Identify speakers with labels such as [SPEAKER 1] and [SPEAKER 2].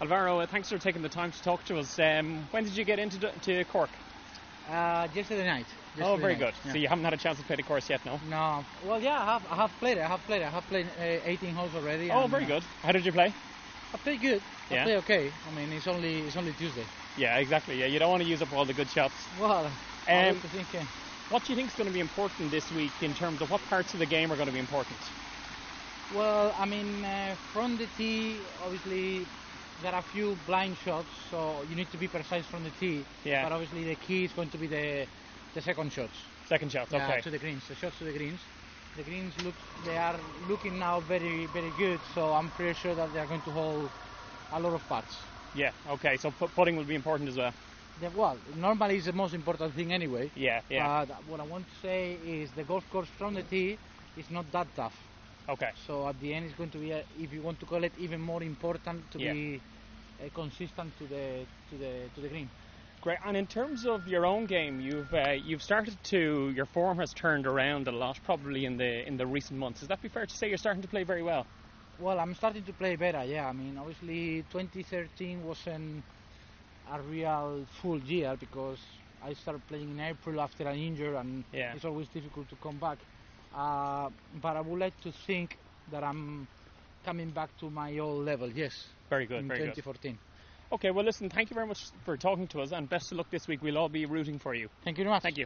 [SPEAKER 1] Alvaro, uh, thanks for taking the time to talk to us. Um, when did you get into d- to Cork?
[SPEAKER 2] Uh, yesterday night.
[SPEAKER 1] oh,
[SPEAKER 2] yesterday
[SPEAKER 1] very
[SPEAKER 2] night,
[SPEAKER 1] good.
[SPEAKER 2] yeah.
[SPEAKER 1] So you haven't had a chance to play the course yet, no?
[SPEAKER 2] No. Well, yeah, I have, I have played. I have played. I have played uh, 18 holes already.
[SPEAKER 1] Oh,
[SPEAKER 2] and,
[SPEAKER 1] very
[SPEAKER 2] uh,
[SPEAKER 1] good. How did you play?
[SPEAKER 2] I play good.
[SPEAKER 1] Yeah.
[SPEAKER 2] I play okay. I mean, it's only it's only Tuesday.
[SPEAKER 1] Yeah, exactly. Yeah, you don't want to use up all the good shots.
[SPEAKER 2] Well, I
[SPEAKER 1] Um,
[SPEAKER 2] was thinking.
[SPEAKER 1] What do you think is going to be important this week in terms of what parts of the game are going to be important?
[SPEAKER 2] Well, I mean, uh, from the tee, obviously, there are few blind shots, so you need to be precise from the tee.
[SPEAKER 1] Yeah.
[SPEAKER 2] But uh, obviously, the key is going to be the the second shots.
[SPEAKER 1] Second shots,
[SPEAKER 2] Yeah,
[SPEAKER 1] okay.
[SPEAKER 2] to the greens, the shots to the greens. The greens look, they are looking now very, very good. So I'm pretty sure that they are going to hold a lot of putts.
[SPEAKER 1] Yeah, okay. So pu- putting will be important as well.
[SPEAKER 2] The, well, normally it's the most important thing anyway.
[SPEAKER 1] Yeah, yeah.
[SPEAKER 2] But what I want to say is the golf course from the tee is not that tough. Uh,
[SPEAKER 1] okay.
[SPEAKER 2] So at the end, it's going to be, a, if you want to call it, even more important to
[SPEAKER 1] Yeah.
[SPEAKER 2] be uh, consistent to the to the to the green.
[SPEAKER 1] Great. And in terms of your own game, you've uh, you've started to your form has turned around a lot, probably in the in the recent months. Is that be fair to say you're starting to play very well?
[SPEAKER 2] Well, I'm starting to play better. Yeah, I mean, obviously, 2013 wasn't a real full year because I started playing in April after an injury, and
[SPEAKER 1] Yeah.
[SPEAKER 2] it's always difficult to come back. Uh, but I would like to think that I'm coming back to my old level. Yes,
[SPEAKER 1] Very good.
[SPEAKER 2] in
[SPEAKER 1] very good.
[SPEAKER 2] 2014.
[SPEAKER 1] Okay. Well, listen. Thank you very much for talking to us, and best of luck this week. We'll all be rooting for you.
[SPEAKER 2] Thank you very much.
[SPEAKER 1] Thank you.